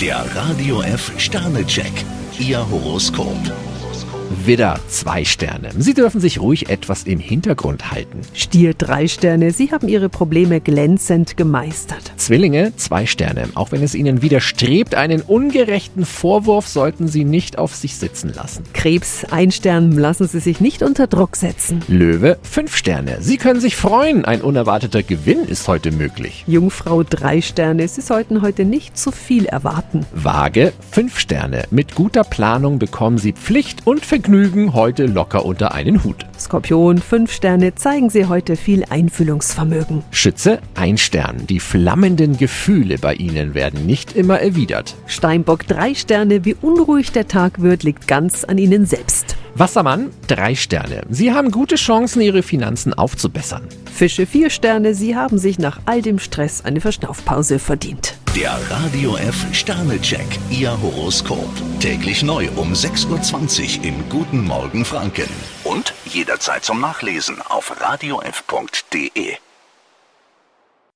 Der Radio F Sternecheck, Ihr Horoskop. Widder, zwei Sterne. Sie dürfen sich ruhig etwas im Hintergrund halten. Stier drei Sterne, Sie haben Ihre Probleme glänzend gemeistert. Zwillinge, zwei Sterne. Auch wenn es Ihnen widerstrebt, einen ungerechten Vorwurf sollten Sie nicht auf sich sitzen lassen. Krebs ein Stern, lassen Sie sich nicht unter Druck setzen. Löwe, fünf Sterne. Sie können sich freuen. Ein unerwarteter Gewinn ist heute möglich. Jungfrau drei Sterne, Sie sollten heute nicht zu viel erwarten. Waage, fünf Sterne. Mit guter Planung bekommen Sie Pflicht und Vergnügen heute locker unter einen Hut. Skorpion fünf Sterne, zeigen Sie heute viel Einfühlungsvermögen. Schütze, ein Stern. Die flammenden Gefühle bei Ihnen werden nicht immer erwidert. Steinbock drei Sterne, wie unruhig der Tag wird, liegt ganz an Ihnen selbst. Wassermann, drei Sterne. Sie haben gute Chancen, Ihre Finanzen aufzubessern. Fische vier Sterne, Sie haben sich nach all dem Stress eine Verschnaufpause verdient. Der Radio F Sternecheck, Ihr Horoskop. Täglich neu um 6.20 Uhr im Guten Morgen Franken. Und jederzeit zum Nachlesen auf radiof.de.